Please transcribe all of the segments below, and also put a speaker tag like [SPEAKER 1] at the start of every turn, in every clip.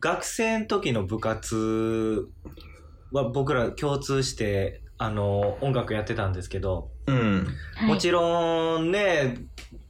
[SPEAKER 1] 学生の時の部活は僕ら共通して、あの、音楽やってたんですけど、
[SPEAKER 2] うん。
[SPEAKER 1] もちろんね、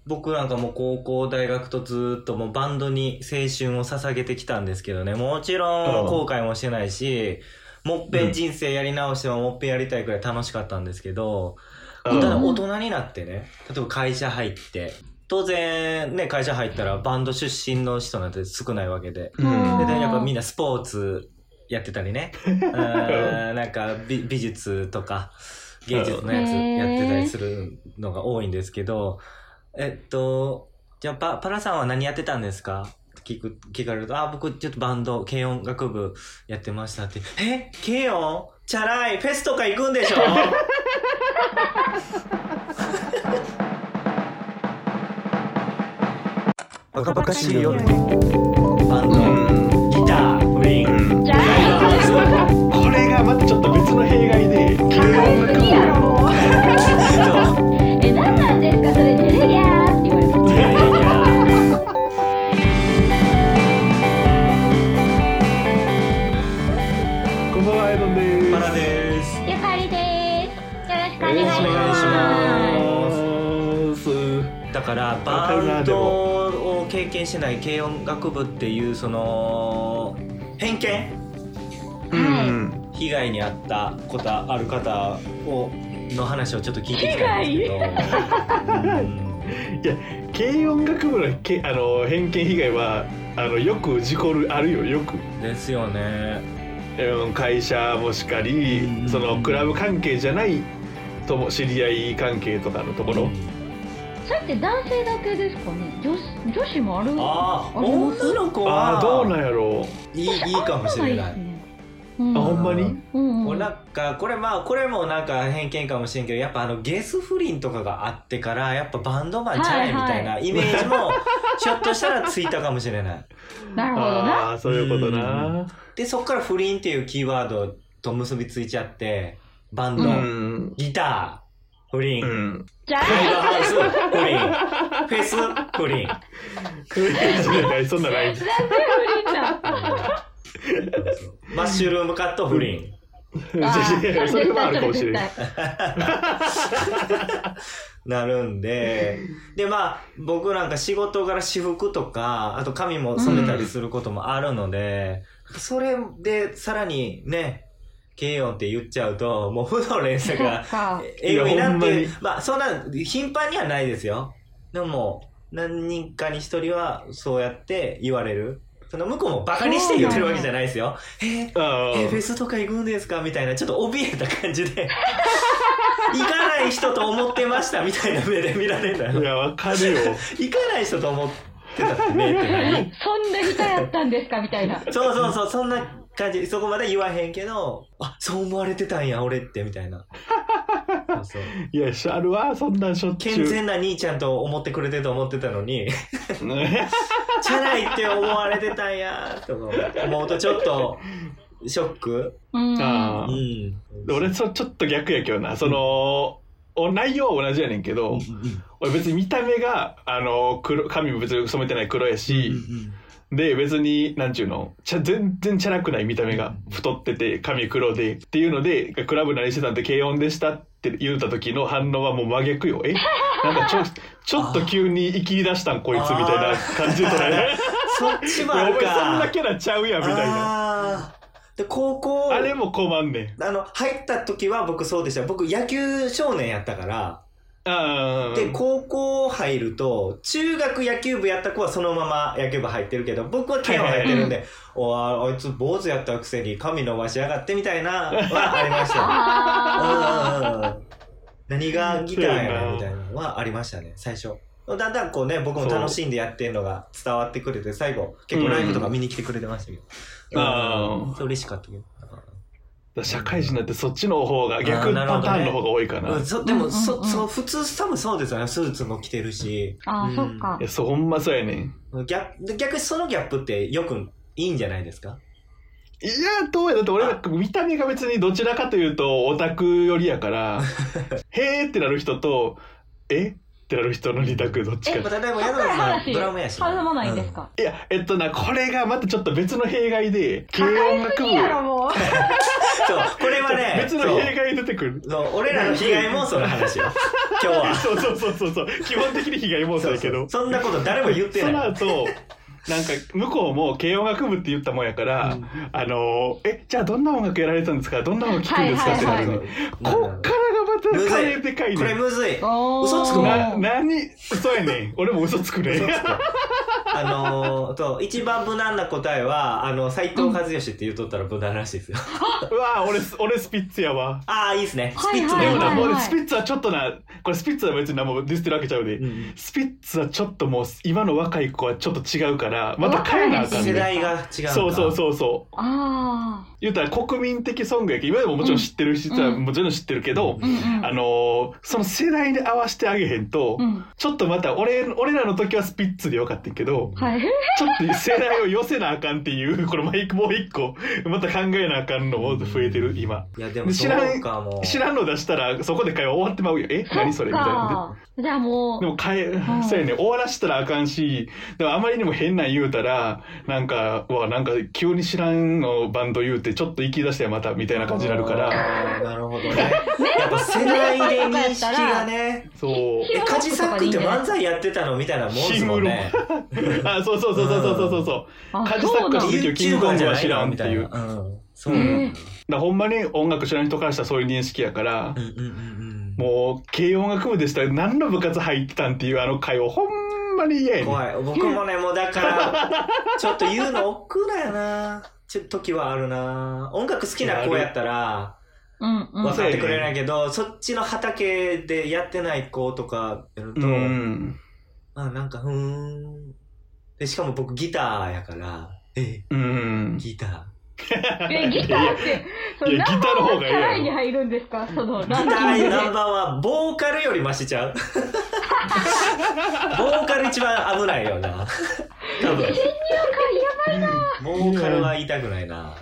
[SPEAKER 1] 僕なんかもう高校、大学とずっともうバンドに青春を捧げてきたんですけどね、もちろ
[SPEAKER 2] うんん
[SPEAKER 1] 後悔もしてないし、もっぺん人生やり直してももっぺんやりたいくらい楽しかったんですけど、
[SPEAKER 2] うん
[SPEAKER 1] ただ大人になってね、例えば会社入って、当然ね、会社入ったらバンド出身の人なんて少ないわけで、
[SPEAKER 2] うん
[SPEAKER 1] で
[SPEAKER 3] あー
[SPEAKER 1] やっぱみんなスポーツやってたり ね、うんなんか美美術とか芸術のやつ
[SPEAKER 3] うん
[SPEAKER 1] やってたりするのが多いんですけど、えっと、じゃあパパラさんは何やってたんですか聞く、聞かれると、あ、僕ちょっとバンド、軽音楽部やってましたって、え軽音チャラいフェスとか行くんでしょ
[SPEAKER 2] バ
[SPEAKER 1] カバカしい
[SPEAKER 3] よ
[SPEAKER 1] バン
[SPEAKER 2] う
[SPEAKER 1] ド、
[SPEAKER 2] ん。
[SPEAKER 1] ギター、ウィン、
[SPEAKER 2] うん
[SPEAKER 3] じゃあ
[SPEAKER 2] これがまたちょっと別の弊害で、軽音楽
[SPEAKER 3] いいやろもうえ何なんですかそれテレギャーって言われた
[SPEAKER 1] いやいやいや
[SPEAKER 2] こんばんは、アイロンで
[SPEAKER 1] パラです。
[SPEAKER 3] ゆかりですよろしくお願いし
[SPEAKER 1] お願いし
[SPEAKER 3] ます
[SPEAKER 2] す。お願いしま
[SPEAKER 1] だから
[SPEAKER 2] わか
[SPEAKER 1] バ
[SPEAKER 2] るな
[SPEAKER 1] ンドを経験してない軽音楽部っていうその偏見
[SPEAKER 2] す。うん。
[SPEAKER 1] 被害に遭ったことある方をの話をちょっと聞いていきたいんですけど、うん
[SPEAKER 2] 軽音楽部のけあの偏見被害はあのよく事故るあるよよく。
[SPEAKER 1] ですよね
[SPEAKER 2] うん会社もしか
[SPEAKER 1] う
[SPEAKER 2] り
[SPEAKER 1] ん
[SPEAKER 2] そのクラブ関係じゃないとも知り合い関係とかのところ。
[SPEAKER 3] それって男性だけですかね女子女子もある
[SPEAKER 1] ああ
[SPEAKER 3] ありま
[SPEAKER 1] 女
[SPEAKER 3] す
[SPEAKER 1] の子
[SPEAKER 2] ああどうなん
[SPEAKER 1] は
[SPEAKER 2] やろ
[SPEAKER 1] いいいいかもしれない
[SPEAKER 3] です。ねうん
[SPEAKER 2] あほんまに
[SPEAKER 3] うん
[SPEAKER 1] も
[SPEAKER 3] う
[SPEAKER 1] うんなんかこれまあこれもなんか偏見かもしれんけどやっぱあのゲス不倫とかがあってからやっぱバンドマンチャラいみたいなイメージもちょっとしたらついたかもしれない。
[SPEAKER 3] な
[SPEAKER 2] う。
[SPEAKER 3] るほどな
[SPEAKER 2] ああそういうことな。
[SPEAKER 1] でそこから不倫っていうキーワードと結びついちゃってバン
[SPEAKER 2] う
[SPEAKER 1] ド、
[SPEAKER 2] ん。
[SPEAKER 1] ギター不倫、
[SPEAKER 2] うん。
[SPEAKER 3] じゃ
[SPEAKER 1] ライブ
[SPEAKER 3] あ
[SPEAKER 1] ハウス不倫フェス不倫
[SPEAKER 2] そんなない。
[SPEAKER 3] なんで不倫なん
[SPEAKER 1] マッシュルームカット不倫
[SPEAKER 3] あー
[SPEAKER 2] それはあるかもしれない。
[SPEAKER 3] 絶対
[SPEAKER 1] なるん ででまあ僕なんか仕事柄私服とかあと髪も染めたりすることもあるので、それでさらにね軽音って言っちゃうともう負の連鎖
[SPEAKER 3] そ
[SPEAKER 1] が
[SPEAKER 3] っか
[SPEAKER 1] えぐいなってい
[SPEAKER 2] いやほんまに
[SPEAKER 1] う。まあ、そんな、頻繁にはないですよ。でも、何人かに一人は、そうやって言われる。その向こうもバカにして言ってるわけじゃないですよ。えー
[SPEAKER 2] あ
[SPEAKER 1] えーフェスとか行くんですかみたいな、ちょっと怯えた感じで。行かない人と思ってましたみたいな目で見られるんだ
[SPEAKER 2] あ。い
[SPEAKER 1] よ。
[SPEAKER 2] やわかるよ。
[SPEAKER 1] 行かない人と思ってたって目って 何
[SPEAKER 3] そんな人やったんですかみたいな
[SPEAKER 1] そうそうそう、そんな感じ。そこまで言わへんけど、あ、そう思われてたんや、俺って、みたいな。そうそう。
[SPEAKER 2] いやあるわそんなんしょっちゅ
[SPEAKER 1] 健
[SPEAKER 2] う。
[SPEAKER 1] 全な兄ちゃんと思ってくれてると思ってたのに、チャラいって思われてたんやとか思うとちょっと、ショック
[SPEAKER 3] うん
[SPEAKER 2] あ
[SPEAKER 1] う
[SPEAKER 2] ー
[SPEAKER 1] ん。
[SPEAKER 2] 俺そちょっと逆やけどなその、お内容は同じやねんけど、
[SPEAKER 1] うん
[SPEAKER 2] 俺別に見た目があの黒髪も別に染めてない黒や
[SPEAKER 1] うん
[SPEAKER 2] し、で別になんちゅうのちゃ全然チャラくない見た目が太ってて髪黒でっていうのでクラブ何してたんで軽音でしたって言うた時の反応はもう真逆よえなんか ちょちょっと急に生きり出したんこいつみたいな感じで捉えら れる
[SPEAKER 1] そっち
[SPEAKER 2] お
[SPEAKER 1] もあ
[SPEAKER 2] 前
[SPEAKER 1] る
[SPEAKER 2] そん
[SPEAKER 1] か。
[SPEAKER 2] なキャラちゃうやんみたいな
[SPEAKER 1] あーで、高校、
[SPEAKER 2] あれも困んねん
[SPEAKER 1] あの、入った時は僕そうでした。僕野球少年やったから、
[SPEAKER 2] あー
[SPEAKER 1] で、高校入ると、中学野球部やった子はそのまま野球部入ってるけど、僕は剣を入ってるんで、おああいつ坊主やったくせに髪伸ばしやがってみたいな、はありました
[SPEAKER 3] あ
[SPEAKER 1] ね。何がギターやねんみたいなのはありましたね最初だんだんこうね僕も楽しんでやってるのが伝わってくれて最後結構ライブとか見に来てくれてましたけど、
[SPEAKER 2] うんあー
[SPEAKER 1] それ嬉しかったけど、
[SPEAKER 2] だから社会人になってそっちの方が逆
[SPEAKER 1] あーなるほど
[SPEAKER 2] パ
[SPEAKER 1] ね
[SPEAKER 2] ターンの方が多いかな。
[SPEAKER 1] うん、そでも、
[SPEAKER 3] うんうんうん
[SPEAKER 1] そそ普通多分そうですよねスーツも着てるし
[SPEAKER 3] ーあーそっか
[SPEAKER 2] いや、そう、ほんまそうやねん。
[SPEAKER 1] 逆で逆にそのギャップってよくいいんじゃないですか
[SPEAKER 2] いや、どうや、だって俺なんか見た目が別にどちらかというとオタク寄りやから、へーってなる人と、えってなる人の二択どっち
[SPEAKER 1] え、ま
[SPEAKER 2] か。
[SPEAKER 1] あ例えば宿
[SPEAKER 4] だから
[SPEAKER 1] さん
[SPEAKER 4] 話
[SPEAKER 1] ドラムやし。
[SPEAKER 4] 弾まないんですか、
[SPEAKER 2] いや、えっとな、これがまたちょっと別の弊害で、軽音楽部
[SPEAKER 4] い。やろもう
[SPEAKER 1] そう、これはね、
[SPEAKER 2] 別の弊害出てくる。
[SPEAKER 1] そうそう、俺らの被害妄想の 話よ。今日は。
[SPEAKER 2] そうそうそうそうそう。基本的に被害妄想だけど。
[SPEAKER 1] そんなこと誰も言って
[SPEAKER 2] その
[SPEAKER 1] ない。
[SPEAKER 2] 後、なんか向こうも軽音楽部って言ったもんやから、
[SPEAKER 1] うん
[SPEAKER 2] あのえじゃあどんな音楽やられてたんですかどんな音楽聴くんですかってなる
[SPEAKER 1] はい
[SPEAKER 2] ね、
[SPEAKER 1] はいはい
[SPEAKER 2] こっからがまたカレーでかい
[SPEAKER 1] これ
[SPEAKER 2] ね
[SPEAKER 1] むずい。
[SPEAKER 4] おー
[SPEAKER 1] 嘘つくわ
[SPEAKER 2] な何嘘やねん俺も嘘つくね
[SPEAKER 1] 嘘つくあのー、と、一番無難な答えは、あの、斎藤和義って言うとったら無難らしいですよ。
[SPEAKER 2] うわ俺ス俺スピッツやわ
[SPEAKER 1] ああ、いいですね。ス
[SPEAKER 4] は
[SPEAKER 1] ピ
[SPEAKER 4] い
[SPEAKER 1] ッツ
[SPEAKER 4] はい
[SPEAKER 1] で
[SPEAKER 2] で
[SPEAKER 1] も
[SPEAKER 2] もな、
[SPEAKER 1] な
[SPEAKER 2] も
[SPEAKER 4] は
[SPEAKER 2] う
[SPEAKER 4] い
[SPEAKER 2] スピッツはちょっとなこれスピッツは別に何もディスってるわけちゃうで、
[SPEAKER 1] うん
[SPEAKER 2] スピッツはちょっともう今の若い子はちょっと違うからまた変えなあかん
[SPEAKER 1] 世
[SPEAKER 2] ねん
[SPEAKER 1] 代が違う。
[SPEAKER 2] そうそうそうそう
[SPEAKER 4] ああ
[SPEAKER 2] 言うたら国民的ソングやけ今でももちろん知ってる人は
[SPEAKER 4] うん
[SPEAKER 2] もちろん知ってるけど、
[SPEAKER 4] うんうん
[SPEAKER 2] あのーその世代で合わせてあげへんと、
[SPEAKER 4] うん
[SPEAKER 2] ちょっとまた俺俺らの時はスピッツでよかったけど
[SPEAKER 4] はい
[SPEAKER 2] ちょっと世代を寄せなあかんっていう これもう一個もう一個また考えなあかんのも増えてる今
[SPEAKER 1] う。いや、でも、
[SPEAKER 2] 知
[SPEAKER 1] そ
[SPEAKER 2] らん
[SPEAKER 1] うかも。
[SPEAKER 2] 知らんの出したらそこで会話終わってまうよえ何それみたいな。
[SPEAKER 4] じゃあも
[SPEAKER 2] で
[SPEAKER 4] う
[SPEAKER 2] も変え
[SPEAKER 4] ん
[SPEAKER 2] そうやね終わらしたらあかんしでもあまりにも変なん言うたらなんかうわなんか急に知らんのバンド言うてちょっと行き出したよまたみたいな感じになるから
[SPEAKER 1] あー。なるほどね。やっぱ世代で認識がね。
[SPEAKER 2] そう。
[SPEAKER 1] え、カジサックって漫才やってたのみたいなもんですもんね。
[SPEAKER 2] あ、そうそうそうそうそうそうそう。
[SPEAKER 4] あ
[SPEAKER 2] カジサッ
[SPEAKER 4] そう
[SPEAKER 2] ク
[SPEAKER 4] な
[SPEAKER 2] の
[SPEAKER 4] ん
[SPEAKER 2] 時はキングコングは知らんっていう。だか
[SPEAKER 1] うん。そうなんだ。
[SPEAKER 2] らほんまに音楽知らん人からしたらそういう認識やから
[SPEAKER 1] う、んうんうんうん。
[SPEAKER 2] もう、軽音楽部でしたら何の部活入ってたんっていうあの会をほんまに嫌やねん。
[SPEAKER 1] 怖い。僕もね、もうだから、ちょっと言うの億劫だよな。ちょっと時はあるな。音楽好きな子やったら、
[SPEAKER 4] うんうん
[SPEAKER 1] 分かってくれないけど、そっちの畑でやってない子とかやると、
[SPEAKER 2] うん。
[SPEAKER 1] あなんか、ふーん。で、しかも僕ギターやから、え、
[SPEAKER 2] うん。
[SPEAKER 1] ギター。
[SPEAKER 4] えギターってその
[SPEAKER 2] いやギターの方がいいやろ
[SPEAKER 4] 何に入るんですかその
[SPEAKER 1] ギタ
[SPEAKER 4] ランキン
[SPEAKER 1] ー
[SPEAKER 4] グで
[SPEAKER 1] ナンバーはボーカルよりマシちゃうボーカル一番危ないよな多分ボーカルは言いたくないな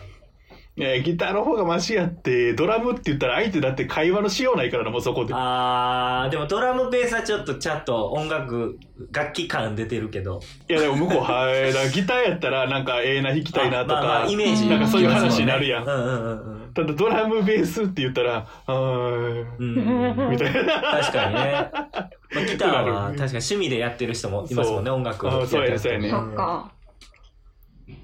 [SPEAKER 1] い
[SPEAKER 2] や、ギターの方がマシやって、ドラムって言ったら相手だって会話のしようないからな、もうそこで。
[SPEAKER 1] あーでもドラムベースはちょっとちゃんと音楽楽器感出てるけど
[SPEAKER 2] いや、でも向こう、はい。だからギターやったらなんかええな弾きたいなと
[SPEAKER 1] あまあまあ、
[SPEAKER 2] か
[SPEAKER 1] イメージ
[SPEAKER 4] なんかそういう
[SPEAKER 2] 話になるやん
[SPEAKER 1] うんうんうん
[SPEAKER 2] ただドラムベースって言ったら、あー
[SPEAKER 1] うんうんうん
[SPEAKER 2] みたいな。
[SPEAKER 1] 確かにね、まあ、ギタ ーは確かに趣味でやってる人もいますもんね
[SPEAKER 2] そう
[SPEAKER 1] 音楽
[SPEAKER 2] あそうやねそうやね
[SPEAKER 4] そっか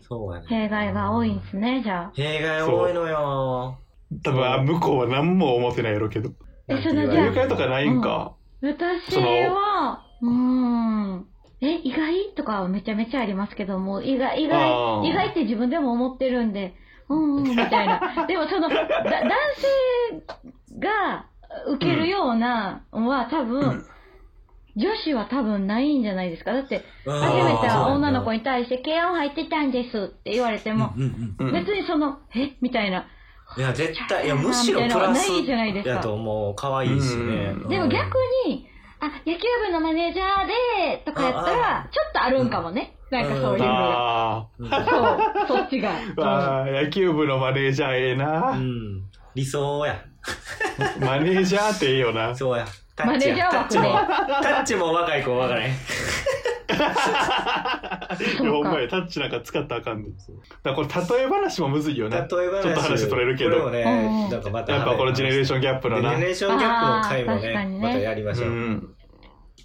[SPEAKER 1] そうやね
[SPEAKER 4] 弊害が多いんですねじゃあ
[SPEAKER 1] 弊害多いのよ
[SPEAKER 2] 多分あ向こうは何も思ってないやろうけど
[SPEAKER 4] えそ
[SPEAKER 1] なんて
[SPEAKER 4] のじ
[SPEAKER 1] 言わ
[SPEAKER 4] ゃ
[SPEAKER 1] れ
[SPEAKER 4] あ
[SPEAKER 1] る
[SPEAKER 2] 誘拐とかないんか、
[SPEAKER 4] 私はうーんえ意外とかはめちゃめちゃありますけども意外意
[SPEAKER 2] あー
[SPEAKER 4] 外意外って自分でも思ってるんでうんうんみた いなでもそのだ男性が受けるようなのは多分、女子は多分ないんじゃないですかだって
[SPEAKER 1] うん
[SPEAKER 4] 初めて
[SPEAKER 2] あー
[SPEAKER 4] 女の子に対して「軽音入ってたんです」って言われても、
[SPEAKER 1] うんうんうん
[SPEAKER 2] うん
[SPEAKER 4] 別にその「えみたいない
[SPEAKER 1] や、絶対、いや、むしろプラス
[SPEAKER 4] ないじゃないですか
[SPEAKER 1] やと思う。可愛いしね
[SPEAKER 2] う。ん
[SPEAKER 4] でも逆に「あ野球部のマネージャーで」とかやった
[SPEAKER 1] あ
[SPEAKER 4] らちょっとあるんかもね、なんかそういうのが、
[SPEAKER 2] あ
[SPEAKER 1] うん、
[SPEAKER 4] そうそっ ちが、
[SPEAKER 2] ーわあ野球部のマネージャーええ
[SPEAKER 1] う
[SPEAKER 2] な、
[SPEAKER 1] ん。理想や。
[SPEAKER 2] マネージャーってええよ な
[SPEAKER 1] そうや。タ
[SPEAKER 4] マ
[SPEAKER 1] ッチ
[SPEAKER 4] ネージャ
[SPEAKER 1] や。
[SPEAKER 4] ー
[SPEAKER 1] タッチ
[SPEAKER 4] 枠ね
[SPEAKER 1] も、タッチも若い子分からへん。
[SPEAKER 2] いやほんまやタッチなんか使ったらあかんねんだからこれ例え話もむずいよ
[SPEAKER 1] 例え
[SPEAKER 2] な
[SPEAKER 1] ば
[SPEAKER 2] ちょっと話取れるけど
[SPEAKER 1] これもね、なんかまた。
[SPEAKER 2] やっぱこのジェネレーションギャップの
[SPEAKER 1] ジ
[SPEAKER 2] な
[SPEAKER 1] ェネレーションギャップの回も
[SPEAKER 4] あー確か
[SPEAKER 1] ね、
[SPEAKER 4] にね
[SPEAKER 1] またやりまし
[SPEAKER 2] う
[SPEAKER 1] ょう。
[SPEAKER 2] ん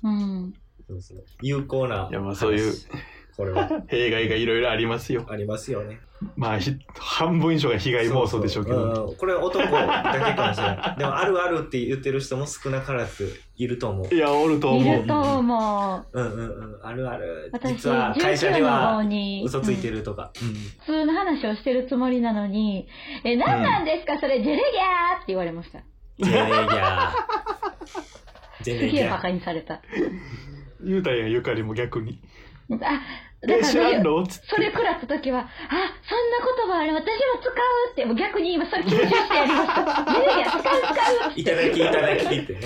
[SPEAKER 4] うん、
[SPEAKER 1] そうそう有効ない
[SPEAKER 2] やまあそういう
[SPEAKER 1] 話。これは
[SPEAKER 2] 弊害がいろいろありますよ
[SPEAKER 1] ありますよ ね。
[SPEAKER 2] まあひ半分以上が被害妄想でしょうけど
[SPEAKER 1] そそうんこれ男だけかもしれない。でも、あるあるって言ってる人も少なからずいると思う。
[SPEAKER 2] いやおると
[SPEAKER 4] い
[SPEAKER 2] 思う
[SPEAKER 4] ると思う
[SPEAKER 1] うんうんうん、あるある。
[SPEAKER 4] 私
[SPEAKER 1] 実は会社
[SPEAKER 4] 19
[SPEAKER 1] で
[SPEAKER 4] の
[SPEAKER 1] は
[SPEAKER 4] 方に
[SPEAKER 1] 嘘ついて
[SPEAKER 4] る、
[SPEAKER 1] るとか。
[SPEAKER 4] うん普通の話をしてるつもりなのに「え何なんですか、それジェレギャー」って言われました
[SPEAKER 1] ジェネギ ャー。ジェ
[SPEAKER 4] す
[SPEAKER 1] ネギ
[SPEAKER 4] げえ
[SPEAKER 1] ャ
[SPEAKER 4] バ
[SPEAKER 1] ー。
[SPEAKER 4] カにされた
[SPEAKER 2] ゆうたんやゆかりも逆に
[SPEAKER 4] あだか
[SPEAKER 2] 「え知らん
[SPEAKER 4] ら
[SPEAKER 2] の?」っつって
[SPEAKER 4] それ食らった時は、あ、そんな言葉あれ私も使うって、もう逆に今それ吸収してやり ました。いやいや、使う使う。
[SPEAKER 1] いただきいただきってね。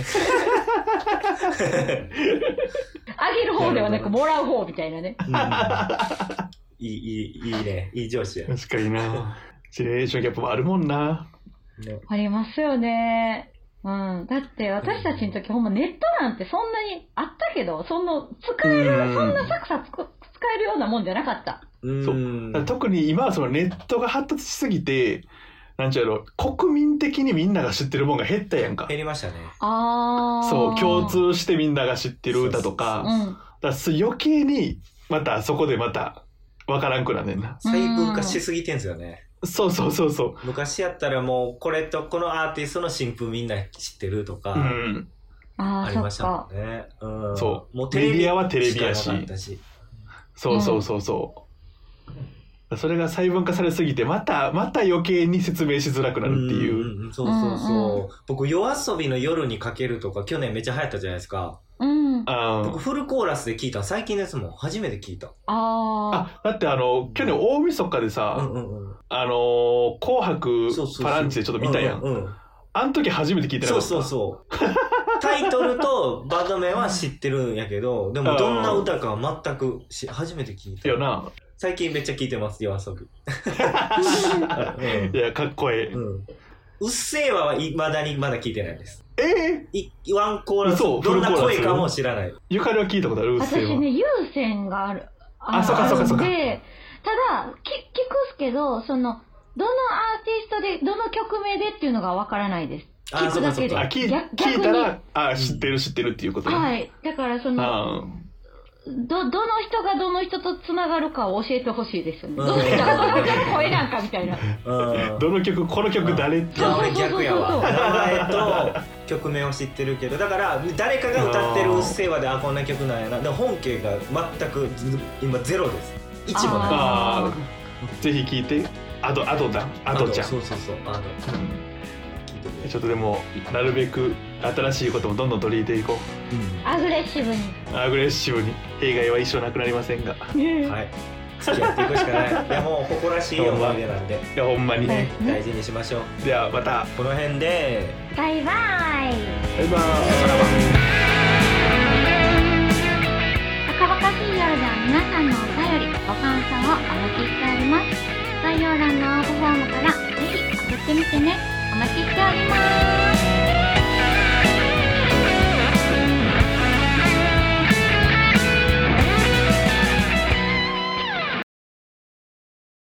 [SPEAKER 4] あげる方ではなく、もらう方みたいなね。
[SPEAKER 1] うん、いい、いい、いいね。いい上司や。
[SPEAKER 2] 確かになジェネレーションギャップもあるもんな
[SPEAKER 1] ね
[SPEAKER 4] ありますよね。うん。だって私たちの時ほんまネットなんてそんなにあったけど、その使える、
[SPEAKER 2] うん
[SPEAKER 4] そんなサクサク使えるようなもんじゃなかった。
[SPEAKER 1] うん
[SPEAKER 2] そう
[SPEAKER 1] うん
[SPEAKER 2] だから特に今はそのネットが発達しすぎてなんちゅうやろ国民的にみんなが知ってるもんが減ったやんか
[SPEAKER 1] 減りましたね。
[SPEAKER 4] あー。
[SPEAKER 2] そう共。通してみんなが知ってる歌と
[SPEAKER 4] う
[SPEAKER 2] か
[SPEAKER 4] ん。
[SPEAKER 2] だからそう余計にまたそこでまた分からんくなんねんな
[SPEAKER 1] 細分化しすぎてんすよね。
[SPEAKER 2] そうそうそうそう
[SPEAKER 1] 昔やったらもう、これとこのアーティストの新譜みんな知ってるとか
[SPEAKER 2] う、ん
[SPEAKER 4] あ
[SPEAKER 1] あり
[SPEAKER 4] ー、
[SPEAKER 1] ま
[SPEAKER 4] そ
[SPEAKER 1] し
[SPEAKER 4] った
[SPEAKER 1] も
[SPEAKER 4] か。
[SPEAKER 1] んね。うん
[SPEAKER 2] そ
[SPEAKER 1] もう
[SPEAKER 2] うメディアはテレビや
[SPEAKER 1] し
[SPEAKER 2] し
[SPEAKER 1] かなかったし。
[SPEAKER 2] そうそうそうそうそれが細分化されすぎてまたまた余計に説明しづらくなるっていう
[SPEAKER 1] うんんんそうそうそう。
[SPEAKER 4] うんう
[SPEAKER 1] 僕、夜遊びの夜にかけるとか、去年めっちゃ流行ったじゃないですか。
[SPEAKER 4] うん。
[SPEAKER 2] あ
[SPEAKER 1] 僕、
[SPEAKER 2] ー
[SPEAKER 1] フルコーラスで聞いたの最近ですもん。初めて聞いた。
[SPEAKER 4] あ
[SPEAKER 2] あだってあの去年大晦日でさ、
[SPEAKER 1] うんうんうん。
[SPEAKER 2] あのー紅白
[SPEAKER 1] そうそうそう
[SPEAKER 2] パランチでちょっと見たやん。
[SPEAKER 1] ううん。
[SPEAKER 2] あん時初めて聞いて
[SPEAKER 1] そ
[SPEAKER 2] なか
[SPEAKER 1] う
[SPEAKER 2] った。
[SPEAKER 1] そうそう。 タイトルとバンド名は知ってるんやけど、でもどんな歌かは全くし初めて聞いた
[SPEAKER 2] よ。な。
[SPEAKER 1] 最近めっちゃ聞いてます、夜遊び。
[SPEAKER 2] いや、かっこええ。
[SPEAKER 1] うん。うんうっせぇわはいまだにまだ聞いてないです。
[SPEAKER 2] ええ
[SPEAKER 1] いワンコーラス、
[SPEAKER 2] 嘘
[SPEAKER 1] どんな
[SPEAKER 2] フルコーラ
[SPEAKER 1] 声
[SPEAKER 2] ス
[SPEAKER 1] かも知らない。
[SPEAKER 2] ゆかりは聞いたことあるうっ
[SPEAKER 4] 私
[SPEAKER 2] せぇわ。
[SPEAKER 4] ね、優先がある。
[SPEAKER 2] あそうかそうかそうか
[SPEAKER 4] るんで、ただ、き聞くっすけど、その、どのアーティストで、どの曲名でっていうのがわからないです。
[SPEAKER 1] あ
[SPEAKER 4] 聞くだけで
[SPEAKER 1] そうかそう
[SPEAKER 2] あ
[SPEAKER 1] か
[SPEAKER 2] 聞い
[SPEAKER 4] 逆
[SPEAKER 2] 聞いた
[SPEAKER 4] 逆
[SPEAKER 2] ら、あ知ってる知ってるっていうことね。
[SPEAKER 4] はい。だから、その、
[SPEAKER 2] あ
[SPEAKER 4] ど、どの人がどの人とつながるかを教えてほしいですよね。
[SPEAKER 1] うん
[SPEAKER 4] どの人がどの人の声なんかみた いな。
[SPEAKER 1] うん
[SPEAKER 2] ーどの曲、この曲誰って
[SPEAKER 1] い
[SPEAKER 2] いう
[SPEAKER 1] や俺逆やわ
[SPEAKER 4] そうそう
[SPEAKER 1] 名前と曲名を知ってるけどだから誰かが歌ってる「うっせぇわ」であこんな曲なんやなでも本家が全くず今ゼロです一もない
[SPEAKER 4] あ
[SPEAKER 2] ぜひ聞いて。あと、あとだ。あとちゃん。
[SPEAKER 1] そうそうそうあの
[SPEAKER 2] うんちょっとでも、なるべく新しいこともどんどん取り入れていこ
[SPEAKER 4] ーアグレッシブ
[SPEAKER 2] う。アグレッシブに。弊害は一生なくなりませんが。
[SPEAKER 4] に。
[SPEAKER 1] はい付き合っていくしかないいやもう誇らしい思い出なんで
[SPEAKER 2] いや、ほんまに。
[SPEAKER 4] はい
[SPEAKER 1] 大事にしましょう
[SPEAKER 2] では、また。
[SPEAKER 1] この辺で
[SPEAKER 4] バイバイ。
[SPEAKER 2] バイバーイ。
[SPEAKER 3] バカバカしい夜では皆さんのお便り、ご感想をお待ちしております。概要欄の応募フォームからぜひ送ってみてね。お待ちしております。